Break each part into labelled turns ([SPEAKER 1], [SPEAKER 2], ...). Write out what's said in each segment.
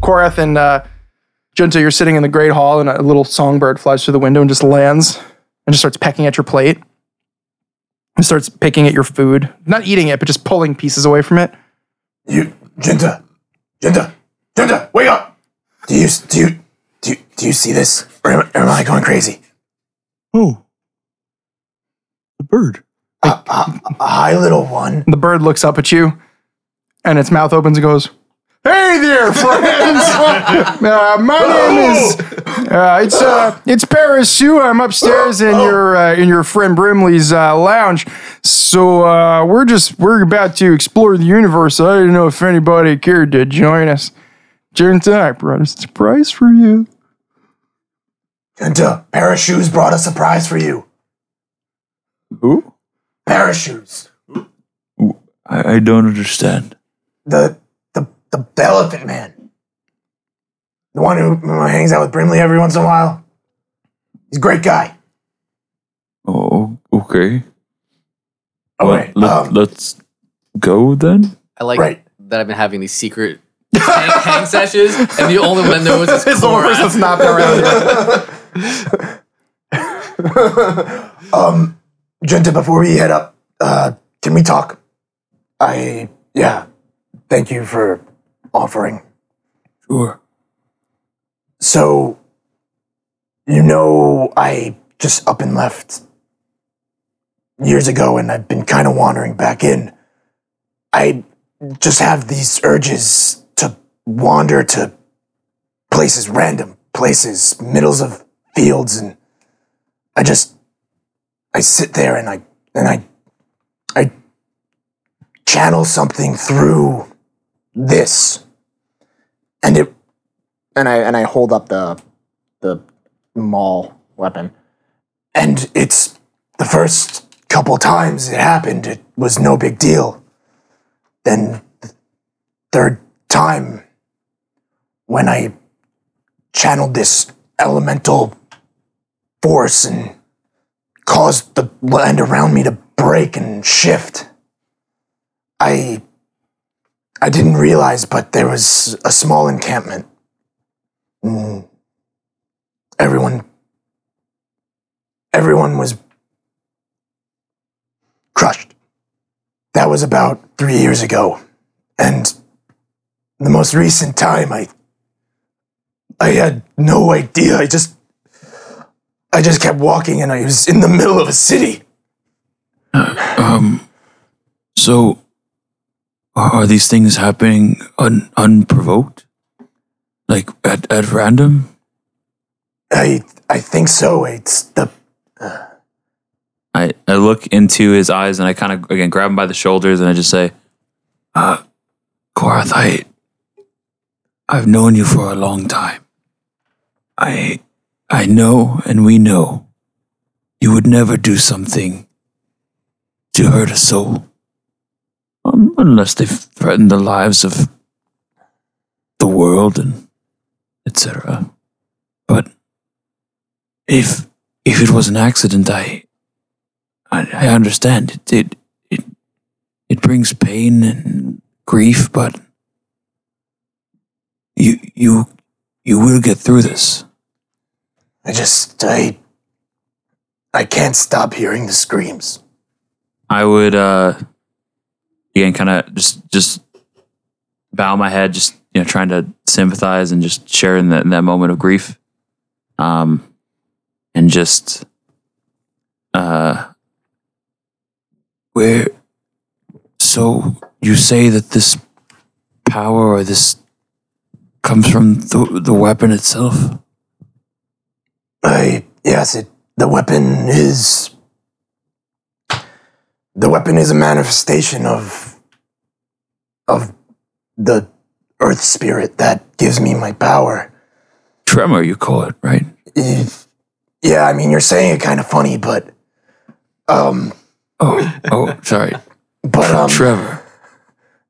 [SPEAKER 1] Korath and uh, Junta, you're sitting in the great hall, and a little songbird flies through the window and just lands and just starts pecking at your plate. And starts picking at your food, not eating it, but just pulling pieces away from it.
[SPEAKER 2] You, Jinta, Jinta, Jinta, wake up! Do you do you do you, do you see this, or am, am I going crazy?
[SPEAKER 3] Oh, the bird.
[SPEAKER 2] Uh, uh, hi, little one.
[SPEAKER 1] The bird looks up at you, and its mouth opens and goes, "Hey there, friends! uh, my name is uh, it's uh, it's Paris Sue. I'm upstairs in your uh, in your friend Brimley's uh, lounge. So uh, we're just we're about to explore the universe. I didn't know if anybody cared to join us. Junta, I brought a surprise for you.
[SPEAKER 2] Jinta, pair of shoes brought a surprise for you.
[SPEAKER 3] Who?
[SPEAKER 2] Pair of shoes.
[SPEAKER 3] I, I don't understand.
[SPEAKER 2] The the the elephant man. The one who who hangs out with Brimley every once in a while. He's a great guy.
[SPEAKER 3] Oh, okay.
[SPEAKER 2] Oh,
[SPEAKER 3] Well,
[SPEAKER 2] right.
[SPEAKER 3] let,
[SPEAKER 2] Um,
[SPEAKER 3] let's go then.
[SPEAKER 4] I like
[SPEAKER 2] Right.
[SPEAKER 4] that I've been having these secret hang, hang sessions, and the only one that was is
[SPEAKER 1] It's the one person that's
[SPEAKER 4] Korath.
[SPEAKER 1] not been around.
[SPEAKER 2] um, Jenta, before we head up, uh, can we talk? I yeah. Thank you for offering.
[SPEAKER 3] Sure.
[SPEAKER 2] So, you know, I just up and left years ago, and I've been kind of wandering back in. I just have these urges to wander to places random, places, middles of fields, and I just I sit there and I and I I channel something through this, and it
[SPEAKER 5] And I and I hold up the the maul weapon.
[SPEAKER 2] And it's the first couple times it happened, it was no big deal. Then the third time, when I channeled this elemental force and caused the land around me to break and shift, I. I didn't realize, but there was a small encampment. Mm. Everyone everyone was crushed. That was about three years ago. And the most recent time I I had no idea. I just I just kept walking and I was in the middle of a city.
[SPEAKER 3] Um. So, are these things happening un- unprovoked, like at at random?
[SPEAKER 2] I I think so. It's the
[SPEAKER 6] I, I look into his eyes and I kind of again grab him by the shoulders and I just say,
[SPEAKER 3] Uh, Korath, I I've known you for a long time. I I know, and we know, you would never do something to hurt a soul, um, unless they threaten the lives of the world and etc. But if if it was an accident, I I, I understand it. It it it brings pain and grief, but you you you will get through this.
[SPEAKER 2] I just I I can't stop hearing the screams.
[SPEAKER 6] I would uh again kind of just just bow my head, just you know, trying to sympathize and just share in that in that moment of grief. Um and just uh
[SPEAKER 3] Where so you say that this power or this comes from the, the weapon itself?
[SPEAKER 2] I yes, it the weapon is the weapon is a manifestation of of the earth spirit that gives me my power.
[SPEAKER 3] Tremor, you call it, right?
[SPEAKER 2] If- yeah, I mean you're saying it kind of funny, but um
[SPEAKER 3] Oh, oh, sorry,
[SPEAKER 2] but um
[SPEAKER 3] Trevor.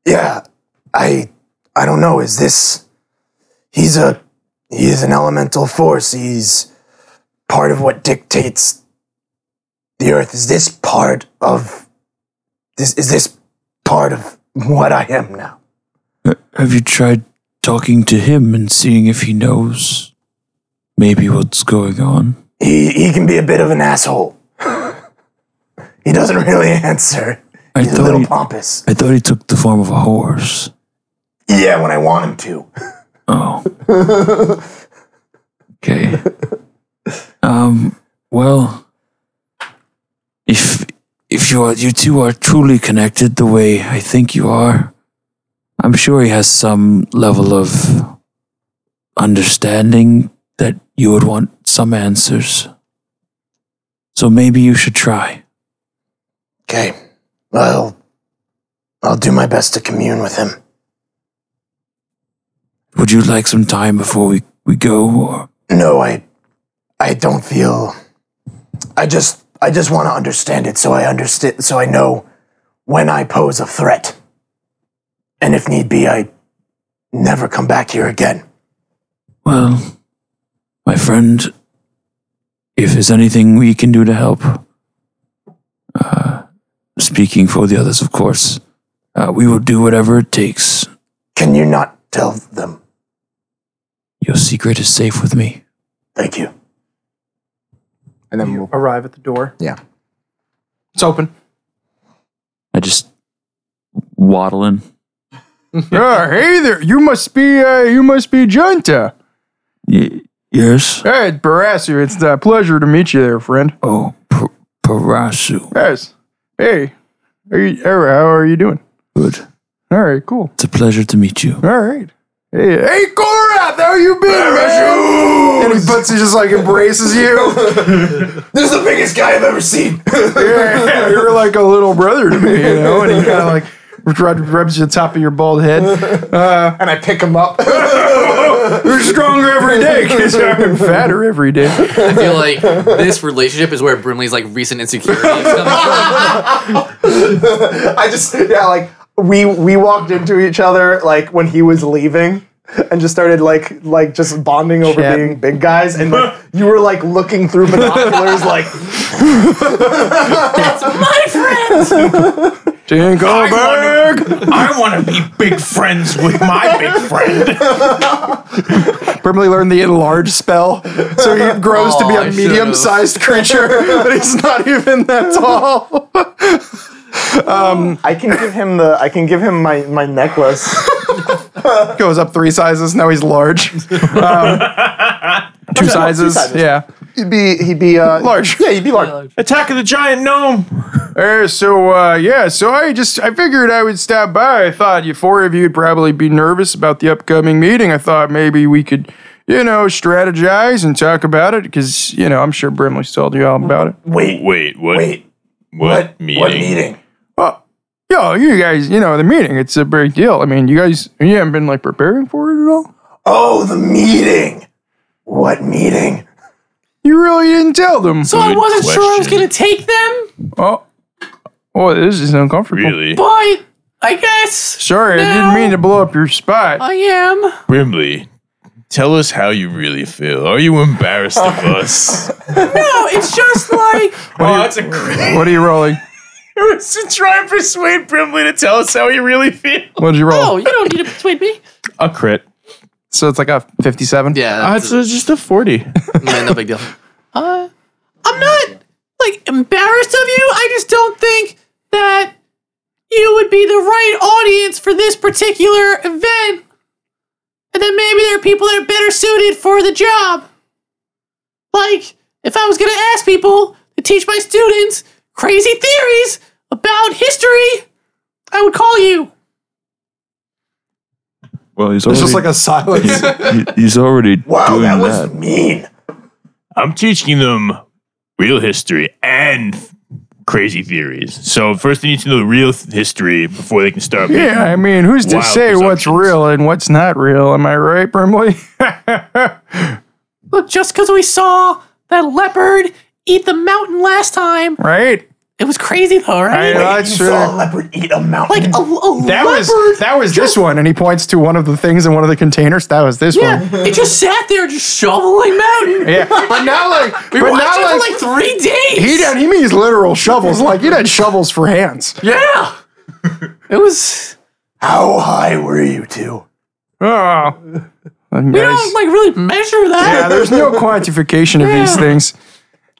[SPEAKER 2] yeah, I I don't know, is this he's a he is an elemental force. He's part of what dictates the earth. Is this part of this is this part of what I am now?
[SPEAKER 3] Have you tried talking to him and seeing if he knows maybe what's going on.
[SPEAKER 2] He he can be a bit of an asshole. he doesn't really answer.
[SPEAKER 3] I
[SPEAKER 2] He's a
[SPEAKER 3] thought,
[SPEAKER 2] little
[SPEAKER 3] he,
[SPEAKER 2] pompous.
[SPEAKER 3] I thought he took the form of a horse.
[SPEAKER 2] Yeah, when I want him to.
[SPEAKER 3] Oh. okay. Um. Well, if if you are you two are truly connected the way I think you are, I'm sure he has some level of understanding that you would want some answers. So maybe you should try.
[SPEAKER 2] Okay. Well, I'll do my best to commune with him.
[SPEAKER 3] Would you like some time before we, we go? Or
[SPEAKER 2] No, I I don't feel I just I just want to understand it so I understand so I know when I pose a threat. And if need be, I never come back here again.
[SPEAKER 3] Well, my friend, if there's anything we can do to help, uh, speaking for the others, of course, uh, we will do whatever it takes.
[SPEAKER 2] Can you not tell them?
[SPEAKER 3] Your secret is safe with me.
[SPEAKER 2] Thank you.
[SPEAKER 5] And then we'll,
[SPEAKER 1] Arrive at the door.
[SPEAKER 5] yeah.
[SPEAKER 1] It's open.
[SPEAKER 6] I just waddling.
[SPEAKER 1] Uh, hey there. You must be. Uh, you must be Junta.
[SPEAKER 3] Y- yes?
[SPEAKER 1] Hey, it's Barasu. It's a pleasure to meet you there, friend.
[SPEAKER 3] Oh, P- Parasu.
[SPEAKER 1] Yes. Hey. Are you, er, how are you doing?
[SPEAKER 3] Good.
[SPEAKER 1] All right. Cool.
[SPEAKER 3] It's a pleasure to meet you.
[SPEAKER 1] All right. Hey, hey, Korath, how you been, man? And he puts, he just like embraces you.
[SPEAKER 2] This is the biggest guy I've ever seen.
[SPEAKER 1] yeah, you're like a little brother to me, you know. And he kind of like rub- rubs the top of your bald head.
[SPEAKER 5] And I pick him up.
[SPEAKER 1] You're stronger every day because you're fatter every day.
[SPEAKER 4] I feel like this relationship is where Brimley's like recent insecurities coming from.
[SPEAKER 5] I just yeah, like we we walked into each other like when he was leaving and just started like like just bonding over
[SPEAKER 1] Chatting.
[SPEAKER 5] being big guys and like, you were like looking through binoculars like
[SPEAKER 1] Dinkelberg!
[SPEAKER 7] I want to be big friends with my big friend.
[SPEAKER 1] Brimley learned the enlarge spell, so he grows to be
[SPEAKER 4] Aw, I
[SPEAKER 1] a
[SPEAKER 4] should've.
[SPEAKER 1] medium sized creature, but he's not even that tall.
[SPEAKER 5] I can give him the I can give him my my necklace.
[SPEAKER 1] Goes up three sizes, now he's large. Um, two, sizes,
[SPEAKER 5] sizes.
[SPEAKER 1] yeah.
[SPEAKER 5] He'd be he'd be uh
[SPEAKER 1] Large.
[SPEAKER 5] Yeah, he'd be large.
[SPEAKER 7] Attack of the giant gnome.
[SPEAKER 1] Uh, so uh, yeah, so I just I figured I would stop by. I thought you four of you would probably be nervous about the upcoming meeting. I thought maybe we could, you know, strategize and talk about it because you know I'm sure Brimley's told you all about it.
[SPEAKER 2] Wait,
[SPEAKER 8] Wait, what?
[SPEAKER 2] wait.
[SPEAKER 8] what, meeting?
[SPEAKER 2] What meeting?
[SPEAKER 1] Well, yo, you guys, you know the meeting. It's a big deal. I mean, you guys, you haven't been like preparing for it at all.
[SPEAKER 2] Oh, the meeting. What meeting?
[SPEAKER 1] You really didn't tell them.
[SPEAKER 8] So I wasn't sure I was gonna
[SPEAKER 9] take them,
[SPEAKER 1] oh, oh, this is uncomfortable.
[SPEAKER 8] really.
[SPEAKER 9] but I guess
[SPEAKER 1] Sorry, I didn't mean to blow up your spot.
[SPEAKER 9] I am.
[SPEAKER 8] Brimley, tell us how you really feel. Are you embarrassed of us?
[SPEAKER 9] No, it's just like
[SPEAKER 7] Oh, that's a great.
[SPEAKER 1] what are you rolling?
[SPEAKER 8] to try and persuade Brimley to tell us how he really feels.
[SPEAKER 1] What'd you roll?
[SPEAKER 9] oh, you don't need to persuade me.
[SPEAKER 7] A crit.
[SPEAKER 1] So it's like a fifty-seven.
[SPEAKER 4] Yeah,
[SPEAKER 7] Uh,
[SPEAKER 4] that's
[SPEAKER 7] it's uh, just a 40.
[SPEAKER 4] man, no big deal.
[SPEAKER 9] I'm not like embarrassed of you. I just don't think that you would be the right audience for this particular event. And then maybe there are people that are better suited for the job. Like, if I was going to ask people to teach my students crazy theories about history, I would call you.
[SPEAKER 3] Well, he's already,
[SPEAKER 1] a silence.
[SPEAKER 3] he's already
[SPEAKER 2] Wow, that was mean.
[SPEAKER 8] I'm teaching them real history and f- crazy theories. So first they need to know the real th- history before they can start. making-
[SPEAKER 1] Yeah, I mean, who's to
[SPEAKER 8] Wild
[SPEAKER 1] say what's
[SPEAKER 8] presumptions.
[SPEAKER 1] real and what's not real? Am I right, Brimley?
[SPEAKER 9] Look, just because we saw that leopard eat the mountain last time,
[SPEAKER 1] right?
[SPEAKER 9] it was crazy though,
[SPEAKER 1] I
[SPEAKER 9] right?
[SPEAKER 1] know, that's
[SPEAKER 2] you
[SPEAKER 1] true.
[SPEAKER 2] saw a leopard eat a mountain.
[SPEAKER 9] Like oh. a, a
[SPEAKER 1] That
[SPEAKER 9] leopard.
[SPEAKER 1] was that was this one, and he points to one of the things in one of the containers. That was this
[SPEAKER 9] Yeah,
[SPEAKER 1] one.
[SPEAKER 9] it just sat there just shoveling mountain.
[SPEAKER 1] Yeah, but not like, but
[SPEAKER 9] Watched
[SPEAKER 1] not
[SPEAKER 9] it
[SPEAKER 1] like,
[SPEAKER 9] for like three days.
[SPEAKER 1] he did. He means literal shovels. Like he had shovels for hands.
[SPEAKER 9] Yeah. it was
[SPEAKER 2] How high were you two?
[SPEAKER 1] Oh.
[SPEAKER 9] We don't like really measure that.
[SPEAKER 1] yeah, there's no quantification of these
[SPEAKER 9] Yeah.
[SPEAKER 1] things.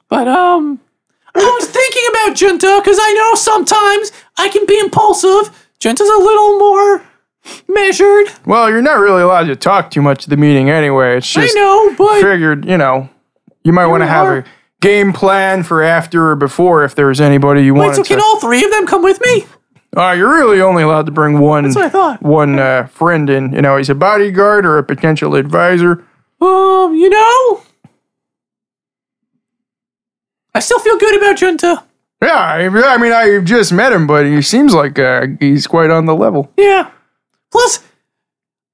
[SPEAKER 9] But um, I was thinking about Junta because I know sometimes I can be impulsive. Junta's a little more measured.
[SPEAKER 1] Well, you're not really allowed to talk too much at the meeting anyway. It's
[SPEAKER 9] I
[SPEAKER 1] just
[SPEAKER 9] know, but
[SPEAKER 1] figured, you know, you might want to have
[SPEAKER 9] are-
[SPEAKER 1] a game plan for after or before if there's anybody you
[SPEAKER 9] wait,
[SPEAKER 1] want
[SPEAKER 9] so
[SPEAKER 1] to.
[SPEAKER 9] can all three of them come with me?
[SPEAKER 1] Uh, you're really only allowed to bring one
[SPEAKER 9] That's what I thought.
[SPEAKER 1] one uh, friend in. You know, he's a bodyguard or a potential advisor.
[SPEAKER 9] Um, you know, I still feel good about Junta.
[SPEAKER 1] Yeah, I, I mean, I just met him, but he seems like uh, he's quite on the level.
[SPEAKER 9] Yeah. Plus,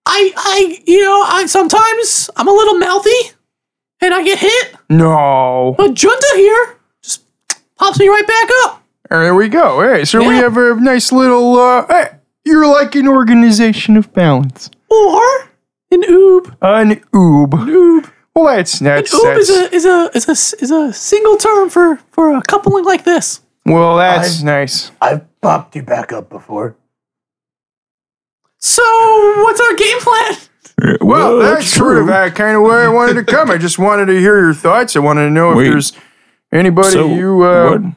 [SPEAKER 9] I, I, you know, I sometimes I'm a little mouthy, and I get hit.
[SPEAKER 1] No.
[SPEAKER 9] But Junta here just pops me right back up.
[SPEAKER 1] There we go. Hey, so we
[SPEAKER 9] Yeah.
[SPEAKER 1] have a nice little. Uh, hey, you're like an organization of balance.
[SPEAKER 9] Or an oob.
[SPEAKER 1] An oob.
[SPEAKER 9] Oob.
[SPEAKER 1] Well, that's
[SPEAKER 9] An
[SPEAKER 1] that's,
[SPEAKER 9] oob is
[SPEAKER 1] that's
[SPEAKER 9] a is a is a is a single term for for a coupling like this.
[SPEAKER 1] well, that's nice.
[SPEAKER 2] I've popped you back up before.
[SPEAKER 9] So what's our game plan?
[SPEAKER 1] Well, Oh, that's true. Sort of, uh, kind of where I wanted to come. I just wanted to hear your thoughts. I wanted to know if
[SPEAKER 3] Wait.
[SPEAKER 1] there's anybody
[SPEAKER 3] So,
[SPEAKER 1] you. Uh,
[SPEAKER 3] what,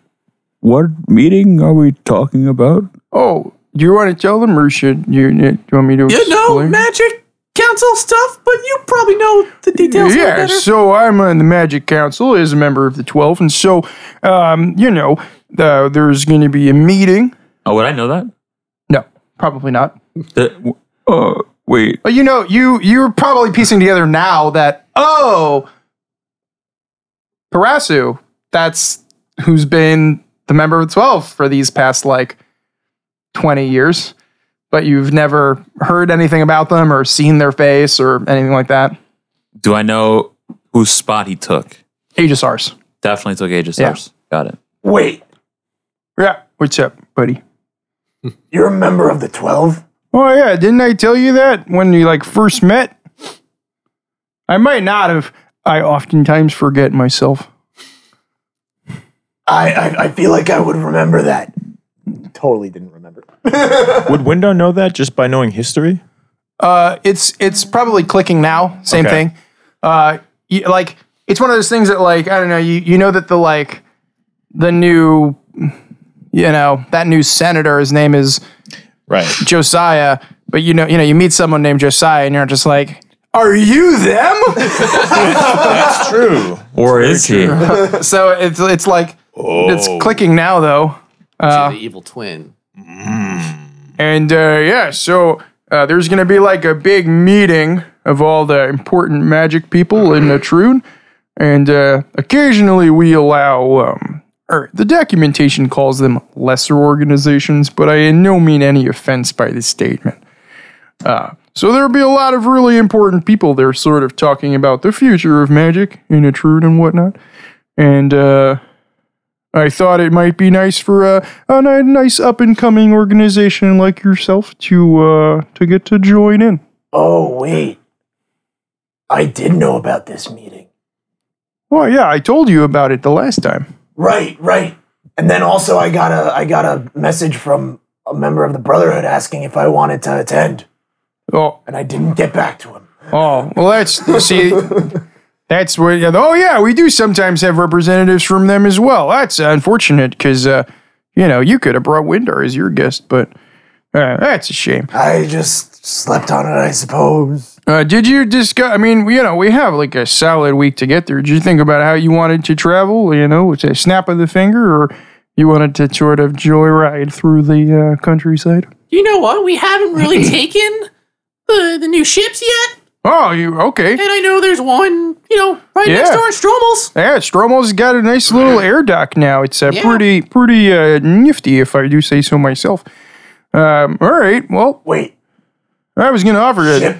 [SPEAKER 3] what meeting are we talking about?
[SPEAKER 1] Oh, do you want to tell them, or should you? you want me to?
[SPEAKER 9] You know,
[SPEAKER 1] explain?
[SPEAKER 9] magic council stuff, but you probably know the details yeah,
[SPEAKER 1] Yeah,
[SPEAKER 9] better.
[SPEAKER 1] so I'm on the Magic Council as a member of the 12, and so, um, you know, uh, there's going to be a meeting.
[SPEAKER 6] Oh, would I know that?
[SPEAKER 1] No, probably not.
[SPEAKER 6] The-
[SPEAKER 3] Uh, wait.
[SPEAKER 1] But you know, you you're probably piecing together now that oh, Parasu, that's who's been the member of the 12 for these past like 20 years, but you've never heard anything about them or seen their face or anything like that.
[SPEAKER 6] do I know whose spot he took?
[SPEAKER 1] Aegisars.
[SPEAKER 6] Definitely took Aegis
[SPEAKER 1] Yeah.
[SPEAKER 6] first. Got it.
[SPEAKER 2] Wait,
[SPEAKER 1] Yeah, what's up, buddy?
[SPEAKER 2] you're a member of the 12?
[SPEAKER 1] Oh yeah, didn't I tell you that when you like first met? I might not have. I oftentimes forget myself.
[SPEAKER 2] I, I, I feel like I would remember that. Totally didn't remember.
[SPEAKER 7] Would Windar know that just by knowing history?
[SPEAKER 1] Uh, it's it's probably clicking now. Same
[SPEAKER 7] Okay.
[SPEAKER 1] thing. Uh, you, like it's one of those things that like I don't know. You you know that the like the new, you know that new senator. His name is
[SPEAKER 7] Right.
[SPEAKER 1] Josiah. But you know you know you meet someone named Josiah and you're just like, are you them?
[SPEAKER 7] True.
[SPEAKER 6] Or is he?
[SPEAKER 1] so it's it's like it's clicking now though.
[SPEAKER 4] the evil twin.
[SPEAKER 1] And uh, yeah, so uh, there's going to be like a big meeting of all the important magic people in the Troon. And uh, occasionally we allow, um, or the documentation calls them lesser organizations, but I in no mean any offense by this statement. Uh, so there'll be a lot of really important people there sort of talking about the future of magic in a Troon and whatnot. And, uh, I thought it might be nice for uh, a ni- nice up and coming organization like yourself to uh, to get to join in.
[SPEAKER 2] Oh, wait. I did know about this meeting.
[SPEAKER 1] Well, yeah, I told you about it the last time.
[SPEAKER 2] Right, right. And then also I got a I got a message from a member of the Brotherhood asking if I wanted to attend,
[SPEAKER 1] Oh,
[SPEAKER 2] and I didn't get back to him.
[SPEAKER 1] oh, well, that's see, that's where. Oh, yeah, we do sometimes have representatives from them as well. That's unfortunate because uh, you know you could have brought Windar as your guest, but uh, that's a shame.
[SPEAKER 2] I just slept on it, I suppose.
[SPEAKER 1] Uh, did you discuss? I mean, you know, we have like a solid week to get there. Did you think about how you wanted to travel? You know, with a snap of the finger, or you wanted to sort of joyride through the uh, countryside?
[SPEAKER 9] you know what? We haven't really taken the the new ships yet,
[SPEAKER 1] Oh, you okay?
[SPEAKER 9] and I know there's one you know right next
[SPEAKER 1] Yeah.
[SPEAKER 9] door in Stromel's.
[SPEAKER 1] Yeah, Stromel's got a nice little air dock now. It's uh, pretty, pretty uh, nifty, if I do say so myself. Um, all right, well,
[SPEAKER 2] Wait,
[SPEAKER 1] I was going to offer to
[SPEAKER 2] ship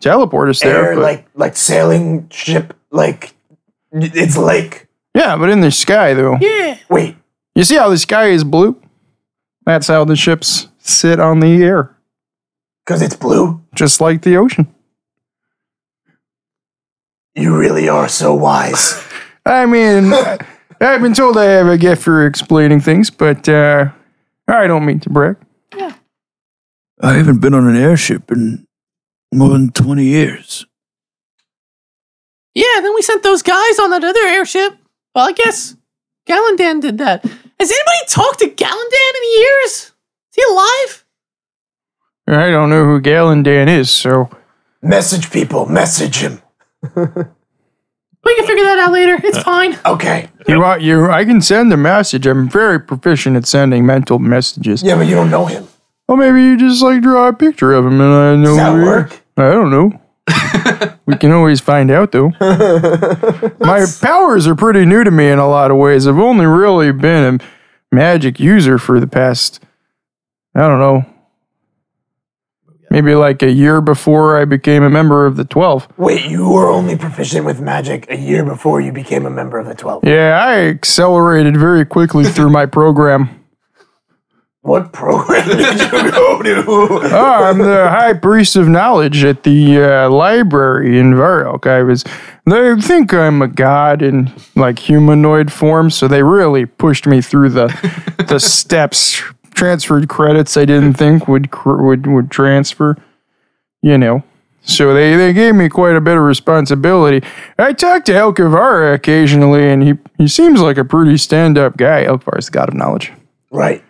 [SPEAKER 1] teleport us there,
[SPEAKER 2] air
[SPEAKER 1] but
[SPEAKER 2] like like sailing ship like it's lake.
[SPEAKER 1] yeah, but in the sky though.
[SPEAKER 9] Yeah.
[SPEAKER 2] Wait,
[SPEAKER 1] You see how the sky is blue? That's how the ships sit on the air.
[SPEAKER 2] because it's blue.
[SPEAKER 1] just like the ocean.
[SPEAKER 2] You really are so wise.
[SPEAKER 1] I mean, I- I've been told I have a gift for explaining things, but uh, I don't mean to brag.
[SPEAKER 3] I haven't been on an airship in more than 20 years.
[SPEAKER 9] Yeah, then we sent those guys on that other airship. Well, I guess Gallandan did that. Has anybody talked to Gallandan in years? Is he alive?
[SPEAKER 1] I don't know who Galen Dan is, so
[SPEAKER 2] Message people. Message him.
[SPEAKER 9] We can figure that out later. It's fine.
[SPEAKER 2] Okay.
[SPEAKER 1] you are you. I can send a message. I'm very proficient at sending mental messages.
[SPEAKER 2] Yeah, but you don't know him.
[SPEAKER 1] Well, maybe you just like draw a picture of him, and I know.
[SPEAKER 2] Does that
[SPEAKER 1] who he is.
[SPEAKER 2] work?
[SPEAKER 1] I don't know. we can always find out, though. My powers are pretty new to me in a lot of ways. I've only really been a magic user for the past, I don't know, maybe like a year before I became a member of the 12.
[SPEAKER 2] Wait, you were only proficient with magic a year before you became a member of the 12.
[SPEAKER 1] Yeah, I accelerated very quickly through my program.
[SPEAKER 2] What program did you go to?
[SPEAKER 1] Oh, I'm the high priest of knowledge at the uh, library in Varelk. I was, they think I'm a god in like humanoid form, so they really pushed me through the the steps, transferred credits I didn't think would cr- would would transfer, you know. So they, they gave me quite a bit of responsibility. I talked to Elkavara occasionally, and he, he seems like a pretty stand up guy. Elkavara's the god of knowledge.
[SPEAKER 2] Right.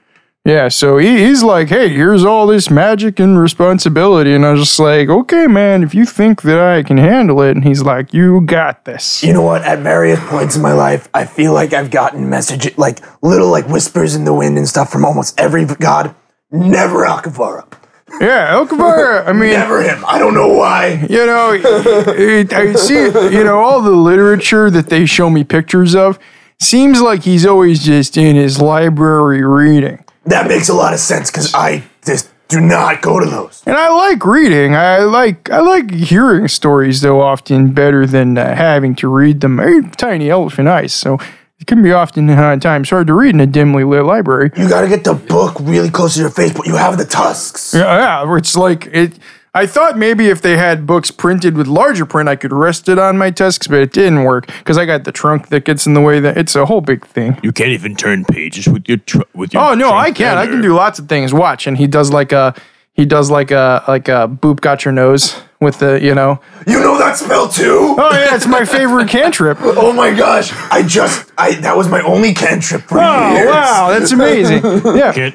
[SPEAKER 1] Yeah, so he, he's like, hey, here's all this magic and responsibility. And I was just like, okay, man, if you think that I can handle it. And he's like, you got this.
[SPEAKER 2] You know what? At various points in my life, I feel like I've gotten messages, like little like whispers in the wind and stuff from almost every god. Never Akavara.
[SPEAKER 1] Yeah, Elkavara, I mean,
[SPEAKER 2] Never him. I don't know why.
[SPEAKER 1] you know, it, I see, you know, all the literature that they show me pictures of seems like he's always just in his library reading.
[SPEAKER 2] That makes a lot of sense because I just do not go to those.
[SPEAKER 1] And I like reading. I like I like hearing stories though often better than uh, having to read them. Very tiny elephant eyes, so it can be often uh, times hard to read in a dimly lit library.
[SPEAKER 2] You gotta get the book really close to your face, but you have the tusks.
[SPEAKER 1] Yeah, yeah, it's like it. I thought maybe if they had books printed with larger print, I could rest it on my tusks, but it didn't work because I got the trunk that gets in the way. That it's a whole big thing.
[SPEAKER 8] You can't even turn pages with your tr- with your.
[SPEAKER 1] Oh no,
[SPEAKER 8] trunk
[SPEAKER 1] I can. I can
[SPEAKER 8] letter.
[SPEAKER 1] do lots of things. Watch, and he does like a he does like a like a boop got your nose with the you know.
[SPEAKER 2] You know that spell too?
[SPEAKER 1] Oh yeah, it's my favorite cantrip.
[SPEAKER 2] Oh my gosh! I just I that was my only cantrip for
[SPEAKER 1] Oh
[SPEAKER 2] years.
[SPEAKER 1] wow, that's amazing! Yeah.
[SPEAKER 8] Can't,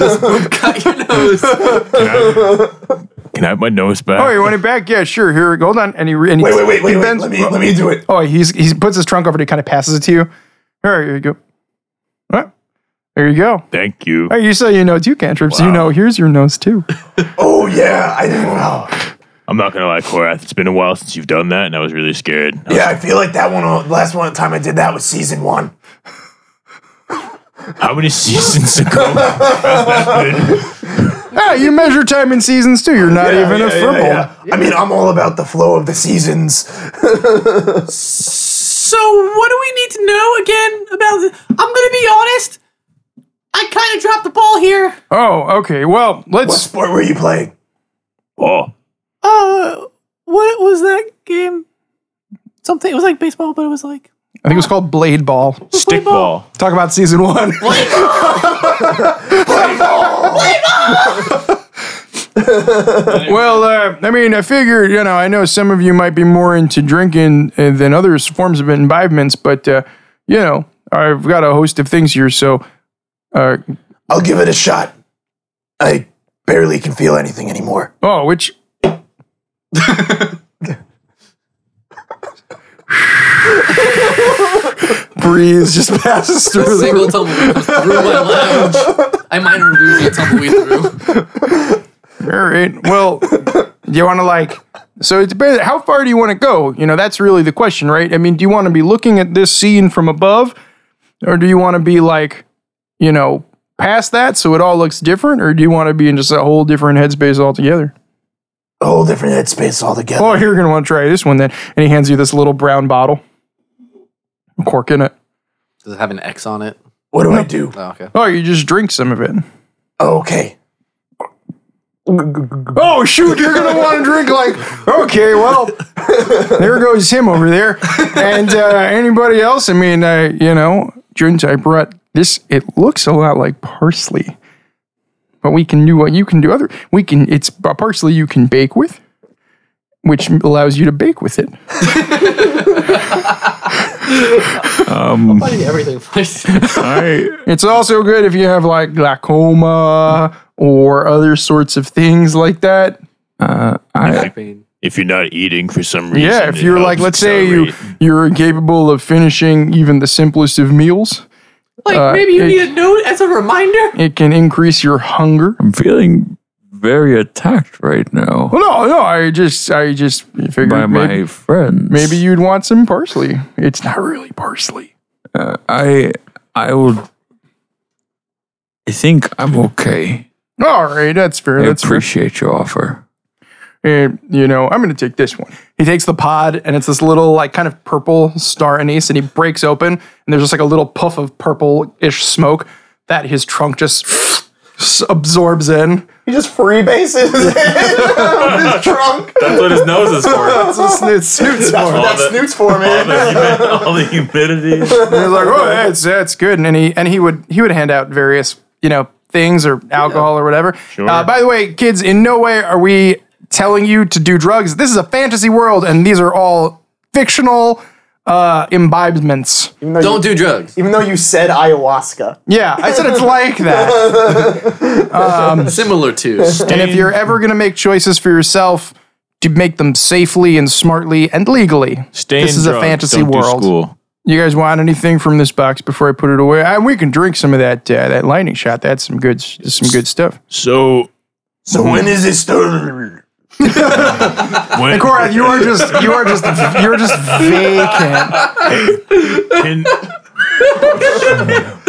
[SPEAKER 4] Cut your nose.
[SPEAKER 8] can, I, can I have my nose back?
[SPEAKER 1] Oh, you want it back? Yeah, sure. Here, hold on. And he and he,
[SPEAKER 2] Wait, wait, wait,
[SPEAKER 1] he
[SPEAKER 2] wait, wait.
[SPEAKER 1] bends-
[SPEAKER 2] Let me let me do it.
[SPEAKER 1] Oh, he's he puts his trunk over. and He kind of passes it to you. All right, here you go. What? There you go.
[SPEAKER 8] Thank you.
[SPEAKER 1] All right, you say you know two cantrips. You know, here's your nose too.
[SPEAKER 2] Oh yeah, I didn't know.
[SPEAKER 8] I'm not gonna lie, Korath. It's been a while since you've done that, and I was really scared. I was
[SPEAKER 2] Yeah, I feel like that one uh, last one time I did that was season one.
[SPEAKER 8] How many seasons ago? That's
[SPEAKER 1] Ah, you measure time in seasons too. You're not even a
[SPEAKER 2] Yeah,
[SPEAKER 1] fribble.
[SPEAKER 2] yeah. I mean, I'm all about the flow of the seasons.
[SPEAKER 9] So, what do we need to know again about? th- I'm gonna be honest. I kind of dropped the ball here.
[SPEAKER 1] Oh, okay. Well,
[SPEAKER 2] What
[SPEAKER 1] let's.
[SPEAKER 2] sport were you playing?
[SPEAKER 8] oh,
[SPEAKER 9] Uh, what was that game? Something. It was like baseball, but it was like
[SPEAKER 1] I think it was called Blade Ball.
[SPEAKER 8] stick ball.
[SPEAKER 1] Talk about season one. well, uh, I mean, I figure, you know, I know some of you might be more into drinking uh, than others forms of imbibements, but, uh, you know, I've got a host of things here, so. Uh,
[SPEAKER 2] I'll give it a shot. I barely can feel anything anymore.
[SPEAKER 1] oh, which. Breeze just passes through the
[SPEAKER 4] Single tumbleweed comes through my lounge. I minor losing a tumbleweed through.
[SPEAKER 1] All right. Well, do you want to like? So it depends. How far do you want to go? You know, that's really the question, right? I mean, do you want to be looking at this scene from above, or do you want to be like, you know, past that so it all looks different, or do you want to be in just a whole different headspace altogether?
[SPEAKER 2] A whole different headspace altogether.
[SPEAKER 1] Oh, you're gonna want to try this one then. And he hands you this little brown bottle, cork in it.
[SPEAKER 4] Does it have an X on it?
[SPEAKER 2] What do I do?
[SPEAKER 4] Oh, okay.
[SPEAKER 1] Oh, you just drink some of it.
[SPEAKER 2] Okay.
[SPEAKER 1] Oh shoot, you're gonna want to drink like okay, well, there goes him over there, and uh, anybody else. I mean, uh, you know, Junta, I brought this. It looks a lot like parsley, but we can do what you can do. Other, we can. It's p- parsley you can bake with. which allows you to bake with it.
[SPEAKER 4] Why did everything first?
[SPEAKER 1] It's also good if you have like glaucoma or other sorts of things like that.
[SPEAKER 8] If you're not eating for some reason.
[SPEAKER 1] Yeah, if
[SPEAKER 8] it
[SPEAKER 1] you're like,
[SPEAKER 8] helps
[SPEAKER 1] let's say you
[SPEAKER 8] accelerate.
[SPEAKER 1] you're incapable of finishing even the simplest of meals,
[SPEAKER 9] Like
[SPEAKER 1] Uh,
[SPEAKER 9] maybe you
[SPEAKER 1] it-
[SPEAKER 9] need a note as a reminder.
[SPEAKER 1] it can increase your hunger.
[SPEAKER 3] I'm feeling very attacked right now
[SPEAKER 1] Well, no, no, I just I just figured
[SPEAKER 3] by my
[SPEAKER 1] maybe,
[SPEAKER 3] friends.
[SPEAKER 1] maybe you'd want some parsley. It's not really parsley.
[SPEAKER 3] I I will. I think I'm okay.
[SPEAKER 1] All right, that's fair.
[SPEAKER 3] I
[SPEAKER 1] that's fair.
[SPEAKER 3] appreciate your offer.
[SPEAKER 1] And, you know, I'm going to take this one. He takes the pod, and it's this little, like, kind of purple star anise, and he breaks open, and there's just like a little puff of purple ish smoke that his trunk just s- absorbs in.
[SPEAKER 5] He just freebases in his trunk.
[SPEAKER 6] That's what his nose is for.
[SPEAKER 1] That's what Snoot- Snoot's for.
[SPEAKER 5] That snoots for me.
[SPEAKER 6] All the humidity.
[SPEAKER 1] And he's like, oh, that's, that's good. And he and he would he would hand out various you know things or alcohol or whatever. Uh, by the way, kids, in no way are we telling you to do drugs. This is a fantasy world, and these are all fictional uh, imbibements.
[SPEAKER 5] Even though
[SPEAKER 4] Don't
[SPEAKER 5] you,
[SPEAKER 4] do drugs.
[SPEAKER 5] Even though you said ayahuasca.
[SPEAKER 1] Yeah, I said it's like that.
[SPEAKER 4] Similar to.
[SPEAKER 1] and if you're ever gonna make choices for yourself, to make them safely and smartly and legally.
[SPEAKER 8] Stay
[SPEAKER 1] this
[SPEAKER 8] in
[SPEAKER 1] is a
[SPEAKER 8] drugs,
[SPEAKER 1] fantasy
[SPEAKER 8] don't do
[SPEAKER 1] world.
[SPEAKER 8] school.
[SPEAKER 1] You guys want anything from this box before I put it away? And we can drink some of that uh, that lightning shot. That's some good some good stuff.
[SPEAKER 8] So
[SPEAKER 2] So when is it started?
[SPEAKER 8] when
[SPEAKER 1] Cora, you are just you are just you're just vacant.
[SPEAKER 8] can,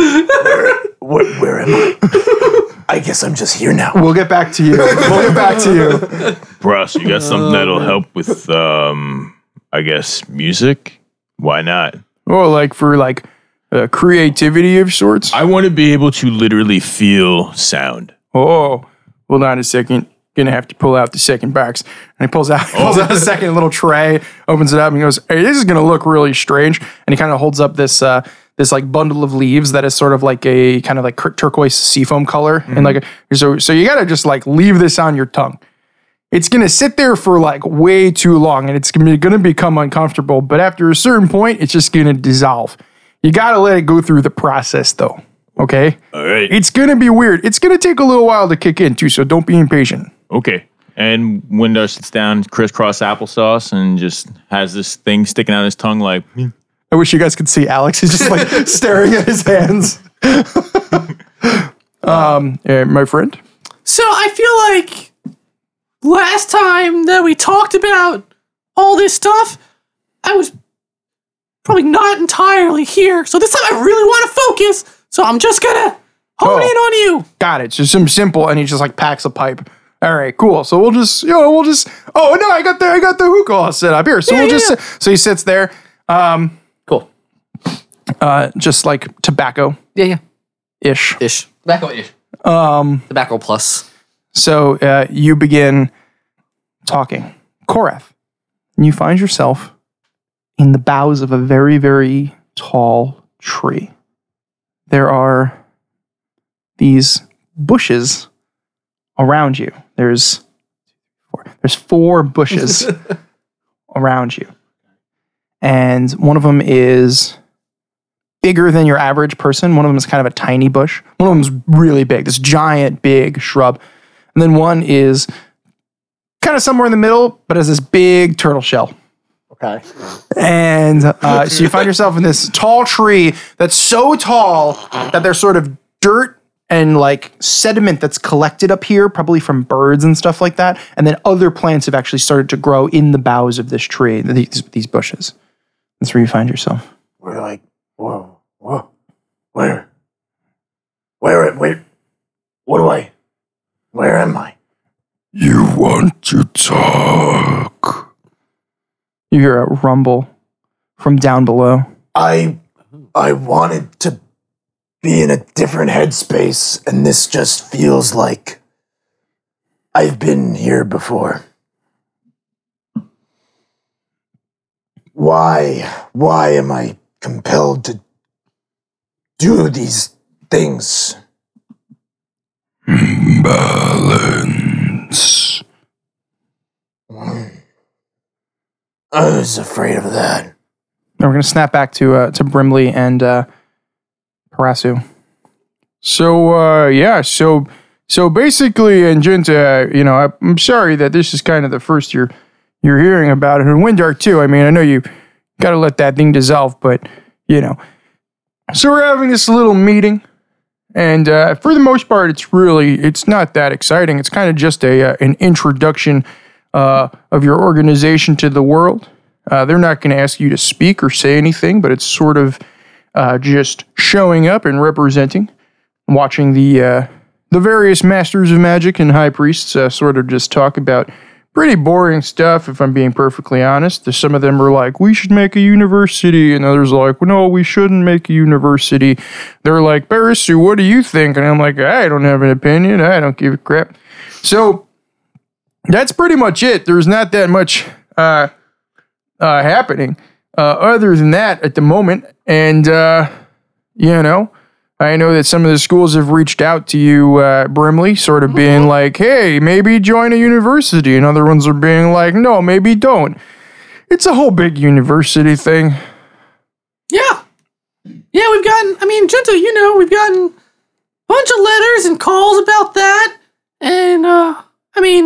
[SPEAKER 2] Where, where am I? I guess I'm just here now.
[SPEAKER 1] We'll get back to you. We'll get back to you.
[SPEAKER 8] Russ, you got
[SPEAKER 1] Oh,
[SPEAKER 8] something that'll help with um I guess music? Why not?
[SPEAKER 1] Well, like for like uh, creativity of sorts.
[SPEAKER 8] I want to be able to literally feel sound.
[SPEAKER 1] Oh, hold on a second. Gonna have to pull out the second box. And he pulls out pulls out a second little tray, opens it up, and he goes, "Hey, this is gonna look really strange." And he kind of holds up this uh, this like bundle of leaves that is sort of like a kind of like cur- turquoise seafoam color, and like a, so so you gotta just like leave this on your tongue. It's gonna sit there for like way too long, and it's gonna gonna become uncomfortable. But after a certain point, it's just gonna dissolve. You gotta let it go through the process, though. Okay
[SPEAKER 8] All right.
[SPEAKER 1] it's gonna be weird. It's gonna take a little while to kick in too, so don't be impatient.
[SPEAKER 8] Okay. And Windar sits down, crisscross applesauce, and just has this thing sticking out his tongue like
[SPEAKER 1] I wish you guys could see Alex. He's just like staring at his hands. um, eh, my friend.
[SPEAKER 9] So I feel like last time that we talked about all this stuff, I was probably not entirely here. So this time I really want to focus. So I'm just gonna
[SPEAKER 1] Oh.
[SPEAKER 9] hone in on you.
[SPEAKER 1] Got it. So some simple, and he just like packs a pipe. All right, cool. So we'll just, you know, we'll just. Oh no, I got the, I got the hookah all set up here. So we'll
[SPEAKER 9] yeah,
[SPEAKER 1] just. So he sits there, Um,
[SPEAKER 4] Cool.
[SPEAKER 1] uh, just like tobacco
[SPEAKER 4] Yeah, yeah.
[SPEAKER 1] ish.
[SPEAKER 4] Ish. Tobacco ish. Um. Tobacco plus.
[SPEAKER 1] So uh, you begin talking. Korath, you find yourself in the boughs of a very, very tall tree. There are these bushes around you. There's four, there's four bushes around you. And one of them is bigger than your average person. One of them is kind of a tiny bush. One of them's really big, this giant, big shrub. And then one is kind of somewhere in the middle, but has this big turtle shell.
[SPEAKER 5] Okay.
[SPEAKER 1] And uh, so you find yourself in this tall tree that's so tall that there's sort of dirt and like sediment that's collected up here, probably from birds and stuff like that. And then other plants have actually started to grow in the boughs of this tree, these, these bushes. That's where you find yourself.
[SPEAKER 2] We're like, whoa, whoa. Where? Where, where? What do I? Where am I?
[SPEAKER 3] You want to talk?
[SPEAKER 1] You hear a rumble from down below.
[SPEAKER 2] I I wanted to be in a different headspace, and this just feels like I've been here before. Why why am I compelled to do these things?
[SPEAKER 3] Balance.
[SPEAKER 2] I was afraid of that.
[SPEAKER 1] And we're gonna snap back to uh, to Brimley and uh, Parasu. So uh, yeah, so so basically, and Jinta, you know, I- I'm sorry that this is kind of the first you're you're hearing about it, and Windark too. I mean, I know you got to let that thing dissolve, but you know, so we're having this little meeting, and uh, for the most part, it's really it's not that exciting. It's kind of just a uh, an introduction uh, of your organization to the world. Uh, they're not going to ask you to speak or say anything, but it's sort of uh, just showing up and representing, watching the uh, the various masters of magic and high priests uh, sort of just talk about pretty boring stuff. If I'm being perfectly honest, There's some of them are like, "We should make a university," and others are like, well, "No, we shouldn't make a university." They're like, "Barisu, what do you think?" And I'm like, "I don't have an opinion. I don't give a crap." So that's pretty much it. There's not that much. Uh, uh, happening uh, other than that at the moment. And, uh, you know, I know that some of the schools have reached out to you, uh, Brimley, sort of being like, hey, maybe join a university. And other ones are being like, no, maybe don't. It's a whole big university thing.
[SPEAKER 9] Yeah. Yeah, we've gotten, I mean, Junto, you know, we've gotten a bunch of letters and calls about that. And, uh, I mean,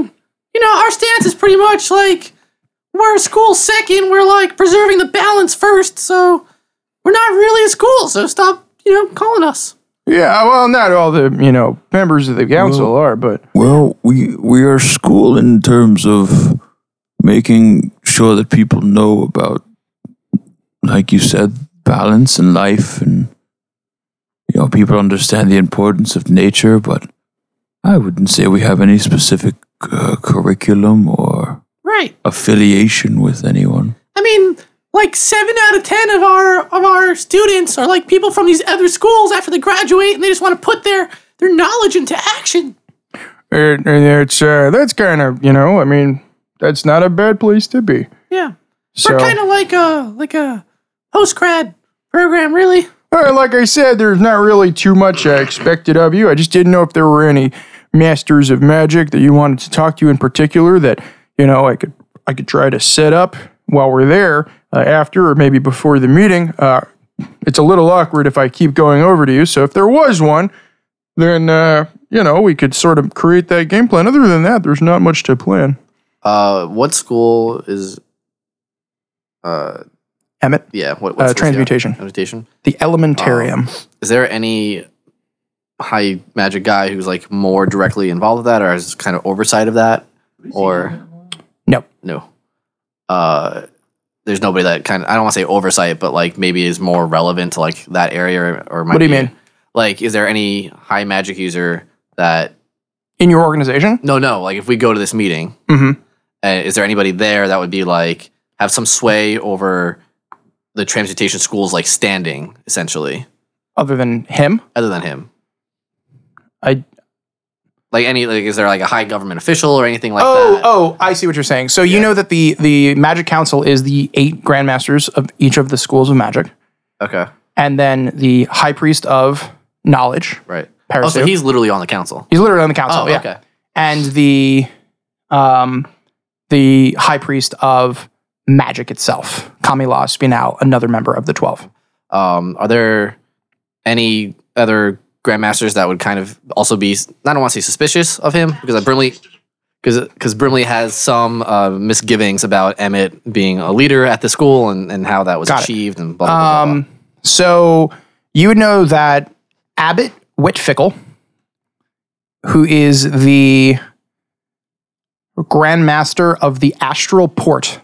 [SPEAKER 9] you know, our stance is pretty much like we're a school second. We're like preserving the balance first. So we're not really a school. So stop, you know, calling us.
[SPEAKER 1] Yeah, well, not all the, you know, members of the council are, but
[SPEAKER 3] Well, we we are school in terms of making sure that people know about, like you said, balance and life, and you know people understand the importance of nature. But I wouldn't say we have any specific uh, curriculum or
[SPEAKER 9] Right.
[SPEAKER 3] affiliation with anyone.
[SPEAKER 9] I mean, like seven out of ten of our of our students are like people from these other schools after they graduate, and they just want to put their their knowledge into action.
[SPEAKER 1] it, it's, uh, that's kind of, you know, I mean, that's not a bad place to be.
[SPEAKER 9] Yeah,
[SPEAKER 1] So,
[SPEAKER 9] we're kind of like a like a post grad program, really.
[SPEAKER 1] Uh, like I said, there's not really too much I expected of you. I just didn't know if there were any masters of magic that you wanted to talk to in particular that you know I could I could try to set up while we're there uh, after or maybe before the meeting. Uh, it's a little awkward if I keep going over to you. So if there was one, then uh, you know we could sort of create that game plan. Other than that, there's not much to plan.
[SPEAKER 4] Uh, what school is? Uh,
[SPEAKER 1] Emmett,
[SPEAKER 4] yeah. What?
[SPEAKER 1] Uh,
[SPEAKER 4] What's
[SPEAKER 1] transmutation.
[SPEAKER 4] Transmutation.
[SPEAKER 1] the Elementarium.
[SPEAKER 4] Is there any high magic guy who's like more directly involved with that, or is kind of oversight of that, or
[SPEAKER 1] No.
[SPEAKER 4] no? Uh, there's nobody that kind of I don't want to say oversight, but like maybe is more relevant to like that area, or, or might
[SPEAKER 1] What do you
[SPEAKER 4] be-
[SPEAKER 1] mean?
[SPEAKER 4] Like, is there any high magic user that
[SPEAKER 1] In your organization?
[SPEAKER 4] no, no. Like if we go to this meeting,
[SPEAKER 1] Mhm.
[SPEAKER 4] uh, is there anybody there that would be like have some sway over the transmutation school's like standing essentially,
[SPEAKER 1] Other than him,
[SPEAKER 4] other than him?
[SPEAKER 1] I
[SPEAKER 4] Like any like is there like a high government official or anything like
[SPEAKER 1] oh,
[SPEAKER 4] that?
[SPEAKER 1] oh, I see what you're saying. So you know that the the Magic Council is the eight grandmasters of each of the schools of magic,
[SPEAKER 4] okay,
[SPEAKER 1] and then the High Priest of Knowledge,
[SPEAKER 4] right.
[SPEAKER 1] Parasu.
[SPEAKER 4] Oh, so
[SPEAKER 1] he's,
[SPEAKER 4] he's literally on the council.
[SPEAKER 1] literally on the council.
[SPEAKER 4] Oh,
[SPEAKER 1] yeah.
[SPEAKER 4] okay.
[SPEAKER 1] And the um the High Priest of Magic itself, Kamila Spinal, another member of the Twelve.
[SPEAKER 4] Um, are there any other grandmasters that would kind of also be? I don't want to say suspicious of him because Brimley, because because Brimley has some uh, misgivings about Emmett being a leader at the school and, and how that was
[SPEAKER 1] Got it.
[SPEAKER 4] achieved and blah blah blah. blah.
[SPEAKER 1] Um, so you would know that Abbot Whitfickle, who is the Grand Master of the Astral Port,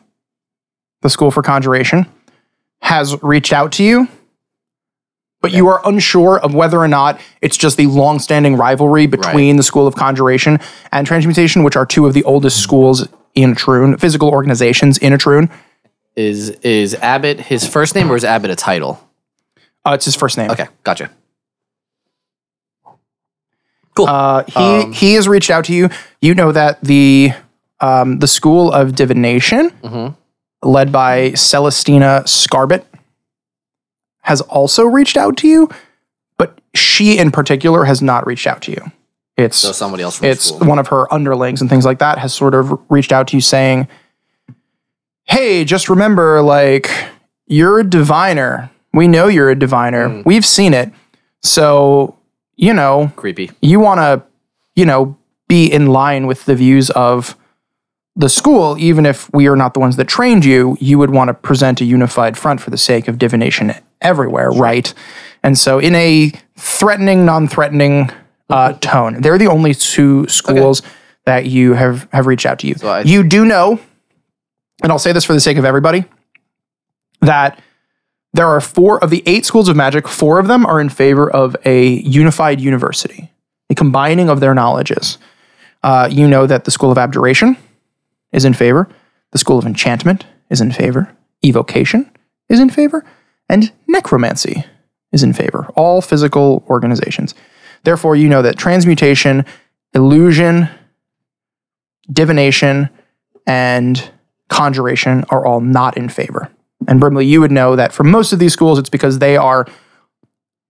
[SPEAKER 1] the School for Conjuration, has reached out to you, but you are unsure of whether or not it's just the long-standing rivalry between the School of Conjuration and Transmutation, which are two of the oldest schools in Troon, physical organizations in Troon.
[SPEAKER 4] Is is Abbott his first name or is Abbott a title?
[SPEAKER 1] Uh, it's his first name.
[SPEAKER 4] Okay, gotcha.
[SPEAKER 1] Uh, he he has reached out to you. You know that the um, the school of divination, led by Celestina Scarbit, has also reached out to you, but she in particular has not reached out to you. It's
[SPEAKER 4] So somebody else from the
[SPEAKER 1] it's
[SPEAKER 4] school.
[SPEAKER 1] one of her underlings and things like that has sort of reached out to you saying, hey, just remember, like, you're a diviner. We know you're a diviner. We've seen it. So, you know,
[SPEAKER 4] Creepy.
[SPEAKER 1] you want to, you know, be in line with the views of the school, even if we are not the ones that trained you, you would want to present a unified front for the sake of divination everywhere, right? And so, in a threatening, non-threatening uh, tone, they're the only two schools that you have have reached out to you.
[SPEAKER 4] I-
[SPEAKER 1] you do know, and I'll say this for the sake of everybody, that there are four of the eight schools of magic. Four of them are in favor of a unified university, a combining of their knowledges. Uh, you know that the school of abjuration is in favor. The School of Enchantment is in favor. Evocation is in favor. And Necromancy is in favor. All physical organizations. Therefore, you know that transmutation, illusion, divination, and conjuration are all not in favor. And Brimley, you would know that for most of these schools, it's because they are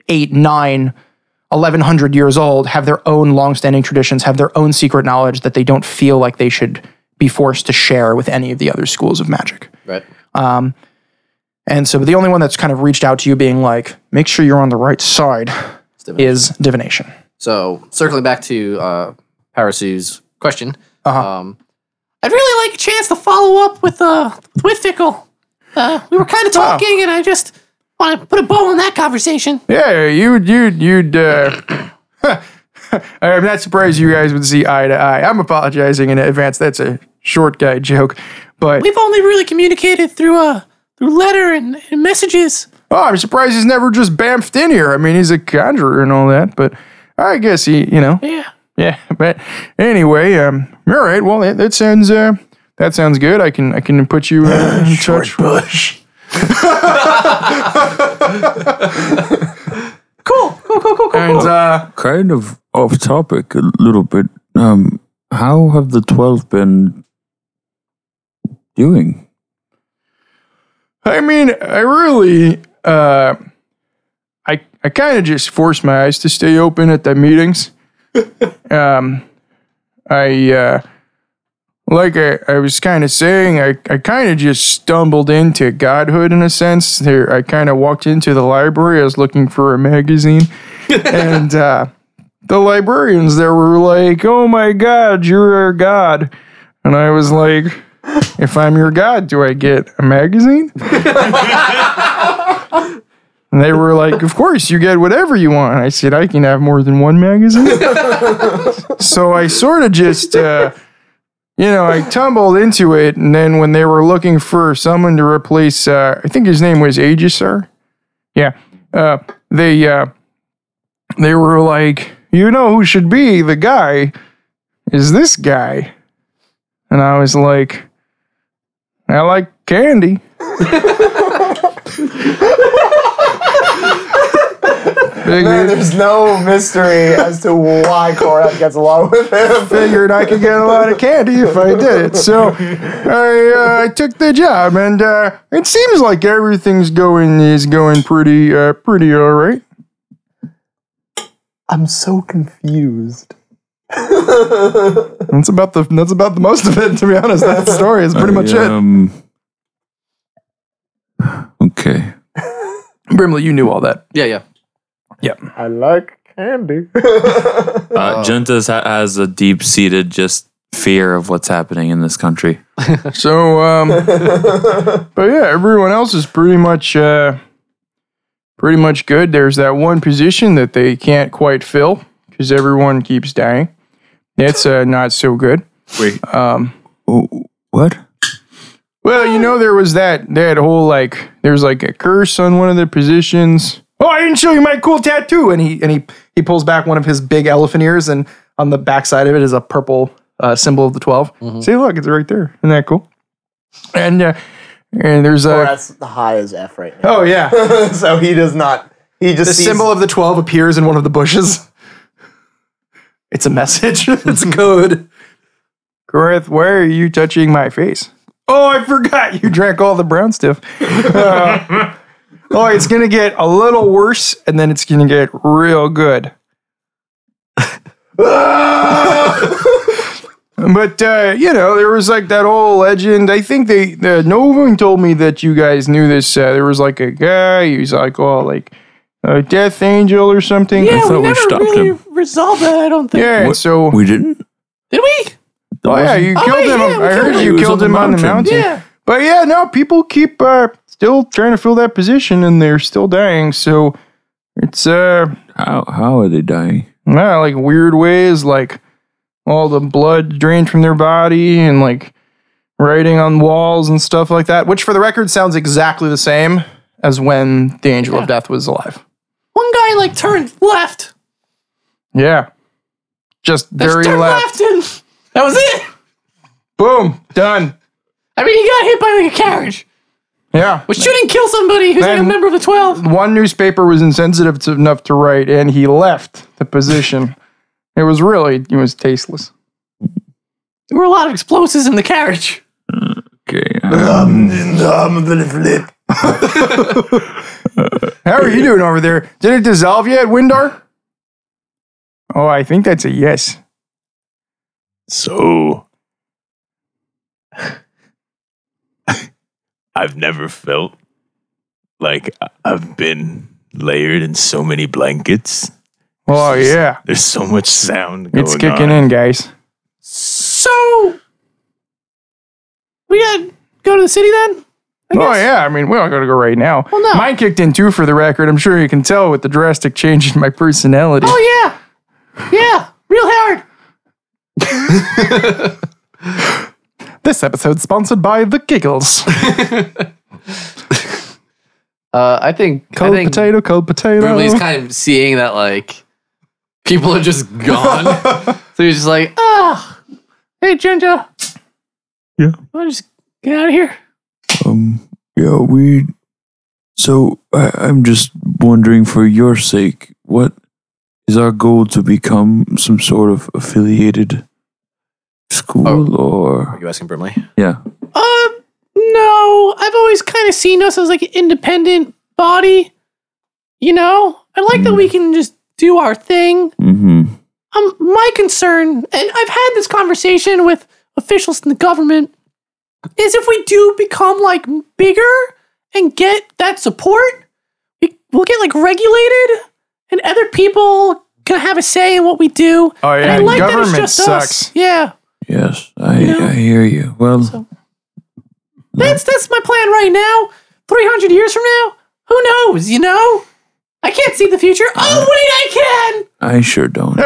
[SPEAKER 1] eight, nine, 1100 years old have their own longstanding traditions have their own secret knowledge that they don't feel like they should be forced to share with any of the other schools of magic
[SPEAKER 4] Right.
[SPEAKER 1] and so the only one that's kind of reached out to you being like make sure you're on the right side
[SPEAKER 4] divination.
[SPEAKER 1] is divination
[SPEAKER 4] So circling back to uh, Parasu's question,
[SPEAKER 1] Uh-huh.
[SPEAKER 4] um,
[SPEAKER 9] I'd really like a chance to follow up with uh with Fickle. Uh, we were kind of talking, and I just want to put a bow on that conversation.
[SPEAKER 1] yeah you you you'd uh i'm not surprised you guys would see eye to eye i'm apologizing in advance that's a short guy joke but
[SPEAKER 9] We've only really communicated through uh through letter and, and messages.
[SPEAKER 1] Oh, I'm surprised he's never just bamfed in here. I mean, he's a conjurer and all that, but I guess he, you know,
[SPEAKER 9] Yeah.
[SPEAKER 1] yeah. But anyway, um, all right. Well, that, that sounds uh, that sounds good. I can I can put you uh, in touch.
[SPEAKER 2] Bush.
[SPEAKER 1] And uh,
[SPEAKER 3] Kind of off topic a little bit. Um, how have the twelve been doing?
[SPEAKER 1] I mean, I really, uh, I I kind of just forced my eyes to stay open at the meetings. um, I uh, like I, I was kind of saying, I, I kind of just stumbled into godhood in a sense. There, I kind of walked into the library. I was looking for a magazine, and uh, the librarians there were like, "Oh my God, you're our god," and I was like. If I'm your god, do I get a magazine? and they were like, Of course, you get whatever you want. I said, I can have more than one magazine. so I sort of just, uh, you know, I tumbled into it. And then when they were looking for someone to replace, uh, I think his name was Aegisar. Yeah. Uh, they, uh, they were like, You know who should be the guy is this guy. And I was like, I like candy. figured,
[SPEAKER 5] There's no mystery as to why Korath gets along with him.
[SPEAKER 1] figured I could get a lot of candy if I did it. So I, uh, I took the job, and uh, it seems like everything's going is going pretty uh, pretty all right.
[SPEAKER 5] I'm so confused.
[SPEAKER 1] That's about the that's about the most of it, to be honest. That story is pretty much it.
[SPEAKER 3] Um, okay.
[SPEAKER 1] Brimley, you knew all that.
[SPEAKER 4] yeah, yeah.
[SPEAKER 5] I like candy.
[SPEAKER 6] Uh, Juntas ha- has a deep seated just fear of what's happening in this country.
[SPEAKER 1] So, um, but yeah, everyone else is pretty much, uh, pretty much good. There's that one position that they can't quite fill because everyone keeps dying. That's uh, not so good.
[SPEAKER 3] Oh, what?
[SPEAKER 1] Well, you know, there was that that whole like, there's like a curse on one of the positions. Oh, I didn't show you my cool tattoo, and he and he he pulls back one of his big elephant ears, and on the backside of it is a purple uh, symbol of the 12 See, look, it's right there. Isn't that cool? And uh, and there's uh, a.
[SPEAKER 5] That's high as F right now.
[SPEAKER 1] Oh yeah.
[SPEAKER 5] so he does not. He just
[SPEAKER 1] The
[SPEAKER 5] sees
[SPEAKER 1] symbol of the 12 appears in one of the bushes. It's a message. it's a code. Gareth, why are you touching my face? Oh, I forgot you drank all the brown stuff. Uh, oh, it's going to get a little worse and then it's going to get real good. But uh, you know, there was like that whole legend. I think they the Novum told me that you guys knew this. Uh, there was like a guy. He was like, oh, like a death angel or something.
[SPEAKER 9] Yeah,
[SPEAKER 6] thought
[SPEAKER 9] we
[SPEAKER 6] we
[SPEAKER 9] never
[SPEAKER 6] stopped
[SPEAKER 9] really
[SPEAKER 6] him.
[SPEAKER 9] resolved that. I don't think.
[SPEAKER 1] Yeah, and
[SPEAKER 6] What-
[SPEAKER 1] so
[SPEAKER 6] We didn't.
[SPEAKER 9] Did we?
[SPEAKER 1] oh yeah, you
[SPEAKER 9] Oh,
[SPEAKER 1] killed
[SPEAKER 9] wait,
[SPEAKER 1] him.
[SPEAKER 9] yeah, we
[SPEAKER 1] I
[SPEAKER 9] killed
[SPEAKER 1] heard
[SPEAKER 9] him.
[SPEAKER 1] you
[SPEAKER 6] He was
[SPEAKER 1] killed
[SPEAKER 6] on
[SPEAKER 1] him
[SPEAKER 6] the
[SPEAKER 1] on the
[SPEAKER 6] mountain.
[SPEAKER 1] mountain.
[SPEAKER 9] Yeah.
[SPEAKER 1] But yeah, no, people keep uh, still trying to fill that position, and they're still dying. So it's uh,
[SPEAKER 6] How how are they dying?
[SPEAKER 1] Yeah, like weird ways, like all the blood drained from their body and like writing on walls and stuff like that, which for the record sounds exactly the same as when the Angel of Death was alive.
[SPEAKER 9] One guy like turned left.
[SPEAKER 1] Yeah. Just
[SPEAKER 9] Just
[SPEAKER 1] very
[SPEAKER 9] turned
[SPEAKER 1] left.
[SPEAKER 9] left. and that was it.
[SPEAKER 1] Boom. Done.
[SPEAKER 9] I mean, he got hit by like a carriage,
[SPEAKER 1] Yeah.
[SPEAKER 9] which shouldn't kill somebody who's like a
[SPEAKER 1] Man.
[SPEAKER 9] member of the twelve.
[SPEAKER 1] One newspaper was insensitive to, enough to write, and he left the position. it was really, it was tasteless.
[SPEAKER 9] There were a lot of explosives in the carriage.
[SPEAKER 6] Okay. uh,
[SPEAKER 1] How are you doing over there? Did it dissolve yet, Windar? Oh, I think that's a yes.
[SPEAKER 8] So I've never felt like I- I've been layered in so many blankets.
[SPEAKER 1] Oh, yeah.
[SPEAKER 8] There's so much sound going
[SPEAKER 1] It's kicking
[SPEAKER 8] on.
[SPEAKER 1] in, guys.
[SPEAKER 9] So we gotta go to the city then.
[SPEAKER 1] Oh yeah, I mean we all gotta go right now.
[SPEAKER 9] Well, no.
[SPEAKER 1] Mine kicked in too for the record. I'm sure you can tell with the drastic change in my personality.
[SPEAKER 9] Oh yeah, yeah, real hard.
[SPEAKER 1] This episode's sponsored by the Giggles.
[SPEAKER 4] Uh, I think
[SPEAKER 1] Cold
[SPEAKER 4] I think
[SPEAKER 1] potato, cold potato.
[SPEAKER 4] Brimley's kind of seeing that like people are just gone, so he's just like, "Ah,
[SPEAKER 9] Ah, hey Ginger.
[SPEAKER 6] Yeah.
[SPEAKER 9] Wanna just get out of here?
[SPEAKER 6] Um. Yeah. We. So I, I'm just wondering, for your sake, what is our goal to become some sort of affiliated
[SPEAKER 1] Oh.
[SPEAKER 6] school
[SPEAKER 4] are
[SPEAKER 6] or
[SPEAKER 4] you asking Brimley?
[SPEAKER 6] yeah?
[SPEAKER 9] Uh, no. I've always kind of seen us as like an independent body. You know, I like that we can just do our thing.
[SPEAKER 6] Mm-hmm.
[SPEAKER 9] Um, my concern, and I've had this conversation with officials in the government, is if we do become like bigger and get that support, we, we'll get like regulated, and other people can have a say in what we do.
[SPEAKER 1] oh
[SPEAKER 9] And I
[SPEAKER 1] yeah,
[SPEAKER 9] like
[SPEAKER 1] government
[SPEAKER 9] that it's just
[SPEAKER 1] sucks.
[SPEAKER 9] us. Yeah,
[SPEAKER 6] Yes, I,
[SPEAKER 9] Yeah.
[SPEAKER 6] I hear you. Well,
[SPEAKER 9] So- that's that's my plan right now. Three hundred years from now, who knows? You know, I can't see the future. Oh
[SPEAKER 1] Uh-huh.
[SPEAKER 9] wait, I can.
[SPEAKER 6] I sure don't.
[SPEAKER 1] it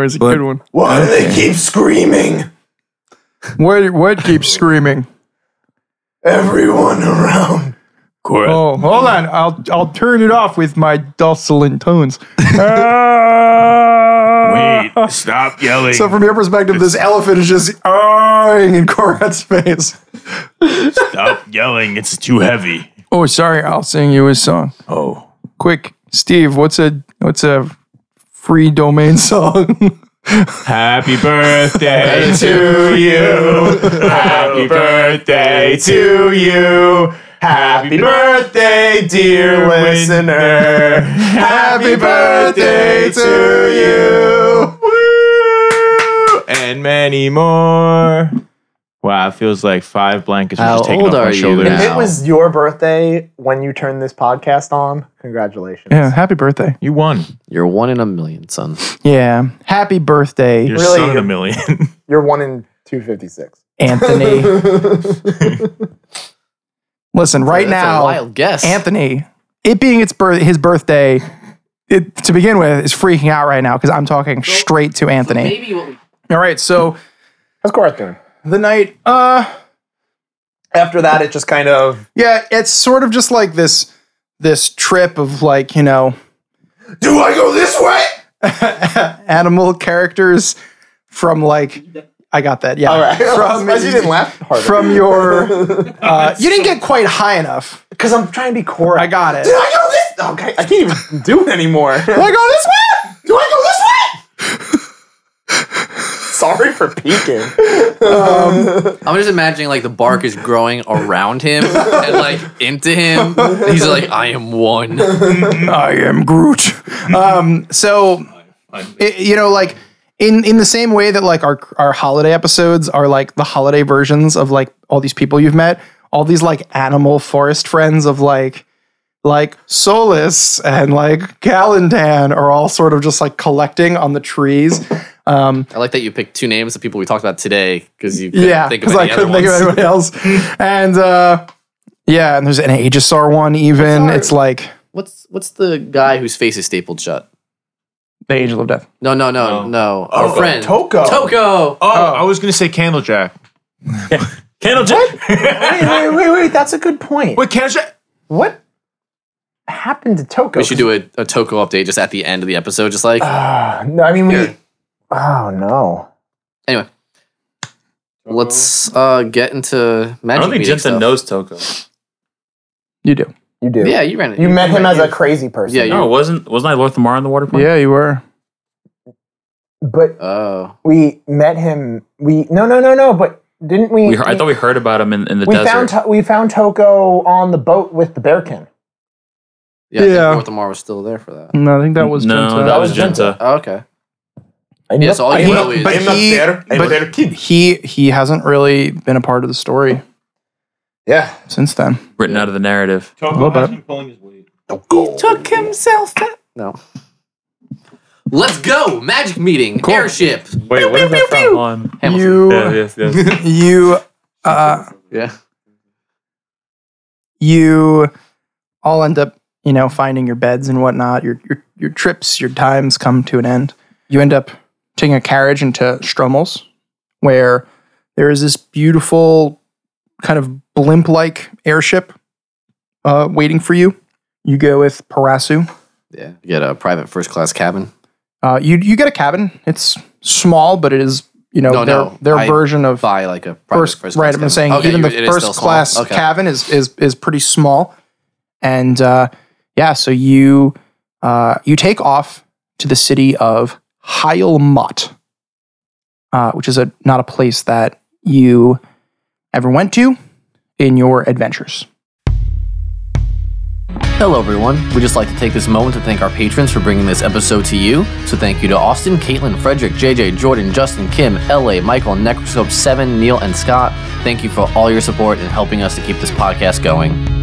[SPEAKER 1] was a
[SPEAKER 6] But-
[SPEAKER 1] good one.
[SPEAKER 2] Why do they keep screaming?
[SPEAKER 1] What what keeps screaming?
[SPEAKER 2] Everyone around.
[SPEAKER 8] Cora,
[SPEAKER 1] Oh, hold on. I'll I'll turn it off with my dulcet tones. Ah.
[SPEAKER 8] wait, stop yelling.
[SPEAKER 1] So from your perspective, this elephant is just ahhing in Korat's face.
[SPEAKER 8] stop yelling. It's too heavy.
[SPEAKER 1] Oh, sorry. I'll sing you a song.
[SPEAKER 8] Oh,
[SPEAKER 1] quick, Steve, what's a what's a free domain song?
[SPEAKER 8] happy birthday to you. Happy birthday to you. Happy birthday, dear listener. Happy birthday to you. Woo! And many more. Wow, it feels like five blankets were
[SPEAKER 4] How
[SPEAKER 8] just taken
[SPEAKER 4] old
[SPEAKER 8] off my
[SPEAKER 4] are you
[SPEAKER 8] shoulders.
[SPEAKER 4] now?
[SPEAKER 5] If
[SPEAKER 4] Wow.
[SPEAKER 5] it was your birthday when you turned this podcast on, congratulations.
[SPEAKER 1] yeah, happy birthday.
[SPEAKER 8] You won.
[SPEAKER 4] You're one in a million, son.
[SPEAKER 1] Yeah, happy birthday,
[SPEAKER 8] You're
[SPEAKER 5] Really?
[SPEAKER 8] son of a million.
[SPEAKER 5] You're one in 256.
[SPEAKER 1] Anthony. Listen, right
[SPEAKER 4] That's
[SPEAKER 1] now,
[SPEAKER 4] a wild guess.
[SPEAKER 1] Anthony, it being its birth, his birthday. It, to begin with, is freaking out right now because I'm talking straight to Anthony.
[SPEAKER 4] Maybe what we
[SPEAKER 1] All right, so
[SPEAKER 5] How's Korath doing?
[SPEAKER 1] the night, uh,
[SPEAKER 5] After that, it just kind of.
[SPEAKER 1] yeah, it's sort of just like this, this trip of like you know,
[SPEAKER 2] Do I go this way?
[SPEAKER 1] animal characters from like I got that. Yeah. All right. From,
[SPEAKER 5] As you didn't laugh hard.
[SPEAKER 1] from your uh, you didn't get quite high enough.
[SPEAKER 5] Because I'm trying to be Korath.
[SPEAKER 1] I got it.
[SPEAKER 5] Do I go this? Okay, I can't even do it anymore.
[SPEAKER 1] Did I go this way?
[SPEAKER 5] do I go this way? Sorry for peeking.
[SPEAKER 4] I'm just imagining like the bark is growing around him and like into him. And he's like, I am one.
[SPEAKER 1] I am Groot. Um, so, it, you know, like in in the same way that like our our holiday episodes are like the holiday versions of like all these people you've met, all these like animal forest friends of like like Solus and like Galandan are all sort of just like collecting on the trees. Um,
[SPEAKER 4] I like that you picked two names of people we talked about today because you couldn't
[SPEAKER 1] yeah,
[SPEAKER 4] think of
[SPEAKER 1] because
[SPEAKER 4] any
[SPEAKER 1] I couldn't
[SPEAKER 4] other
[SPEAKER 1] think of
[SPEAKER 4] ones.
[SPEAKER 1] anybody else. And uh, yeah, and there's an Aegisar one even.
[SPEAKER 4] Aegisar.
[SPEAKER 1] It's like
[SPEAKER 4] What's what's the guy whose face is stapled shut?
[SPEAKER 1] the Angel of Death.
[SPEAKER 4] No, no, no, no. Our friend
[SPEAKER 5] Toko.
[SPEAKER 4] Toko.
[SPEAKER 7] Oh, I was gonna say Candlejack.
[SPEAKER 6] Candlejack.
[SPEAKER 5] Wait, wait, wait, wait. That's a good point.
[SPEAKER 7] Wait, Candlejack.
[SPEAKER 5] What happened to Toko?
[SPEAKER 4] We should do a, a Toko update just at the end of the episode, just like
[SPEAKER 5] Ah, no, I mean, we. Oh no.
[SPEAKER 4] anyway. Let's uh, get into magic.
[SPEAKER 6] I don't think
[SPEAKER 4] meeting
[SPEAKER 6] Jensen
[SPEAKER 4] stuff.
[SPEAKER 6] knows Toko.
[SPEAKER 1] You do.
[SPEAKER 5] You do.
[SPEAKER 4] Yeah, you ran it.
[SPEAKER 5] You met him
[SPEAKER 4] ran
[SPEAKER 5] as
[SPEAKER 4] it.
[SPEAKER 5] a crazy person.
[SPEAKER 4] Yeah, you-
[SPEAKER 6] No, wasn't wasn't I Lorthamar on the water plane?
[SPEAKER 1] Yeah, you were.
[SPEAKER 5] But
[SPEAKER 4] Oh,
[SPEAKER 5] we met him. We no, no, no, no. But didn't we?
[SPEAKER 6] We heard, I thought we heard about him in, in the
[SPEAKER 5] we
[SPEAKER 6] desert.
[SPEAKER 5] found To- we found Toko on the boat with the bearkin.
[SPEAKER 4] yeah.
[SPEAKER 1] Yeah.
[SPEAKER 4] yeah. Morthamar was still there for that.
[SPEAKER 1] No, I think that was
[SPEAKER 6] no,
[SPEAKER 1] Jinta.
[SPEAKER 6] that was
[SPEAKER 5] was Jinta.
[SPEAKER 6] Jenta.
[SPEAKER 4] Oh, okay.
[SPEAKER 5] I
[SPEAKER 4] Yeah.
[SPEAKER 5] know-
[SPEAKER 4] So all
[SPEAKER 7] I
[SPEAKER 4] you
[SPEAKER 7] know,
[SPEAKER 4] know is
[SPEAKER 7] but I'm not
[SPEAKER 1] He-
[SPEAKER 7] there. I'm
[SPEAKER 1] but-
[SPEAKER 7] there kid.
[SPEAKER 1] he he hasn't really been a part of the story
[SPEAKER 5] yeah.
[SPEAKER 1] since then.
[SPEAKER 6] Written out of the narrative.
[SPEAKER 1] little has bit.
[SPEAKER 7] pulling his weight.
[SPEAKER 9] Took himself to
[SPEAKER 4] no. Let's go magic meeting airship.
[SPEAKER 6] Wait, what is that from? On.
[SPEAKER 4] Hamilton.
[SPEAKER 1] You
[SPEAKER 6] yes, yes.
[SPEAKER 1] you uh
[SPEAKER 4] yeah.
[SPEAKER 1] you all end up you know finding your beds and whatnot. Your your your trips, your times come to an end. You end up taking a carriage into Stromel's, where there is this beautiful kind of blimp-like airship uh, waiting for you. You go with Parasu,
[SPEAKER 4] Yeah. Get a private first class cabin.
[SPEAKER 1] Uh, you you get a cabin. It's small, but it is you know
[SPEAKER 4] No,
[SPEAKER 1] their
[SPEAKER 4] no.
[SPEAKER 1] their
[SPEAKER 4] I
[SPEAKER 1] version of
[SPEAKER 4] Buy like a private
[SPEAKER 1] first,
[SPEAKER 4] first,
[SPEAKER 1] right.
[SPEAKER 4] class
[SPEAKER 1] I'm
[SPEAKER 4] cabin.
[SPEAKER 1] saying
[SPEAKER 4] Okay,
[SPEAKER 1] even
[SPEAKER 4] you-
[SPEAKER 1] the
[SPEAKER 4] it is still
[SPEAKER 1] first
[SPEAKER 4] small.
[SPEAKER 1] class
[SPEAKER 4] Okay.
[SPEAKER 1] cabin is is is pretty small, and uh, yeah, so you uh, you take off to the city of Heilmott, uh, which is a not a place that you ever went to in your adventures.
[SPEAKER 4] Hello, everyone. We'd just like to take this moment to thank our patrons for bringing this episode to you. So, thank you to Austin, Caitlin, Frederick, JJ, Jordan, Justin, Kim, LA, Michael, Necroscope7, Neil, and Scott. Thank you for all your support and helping us to keep this podcast going.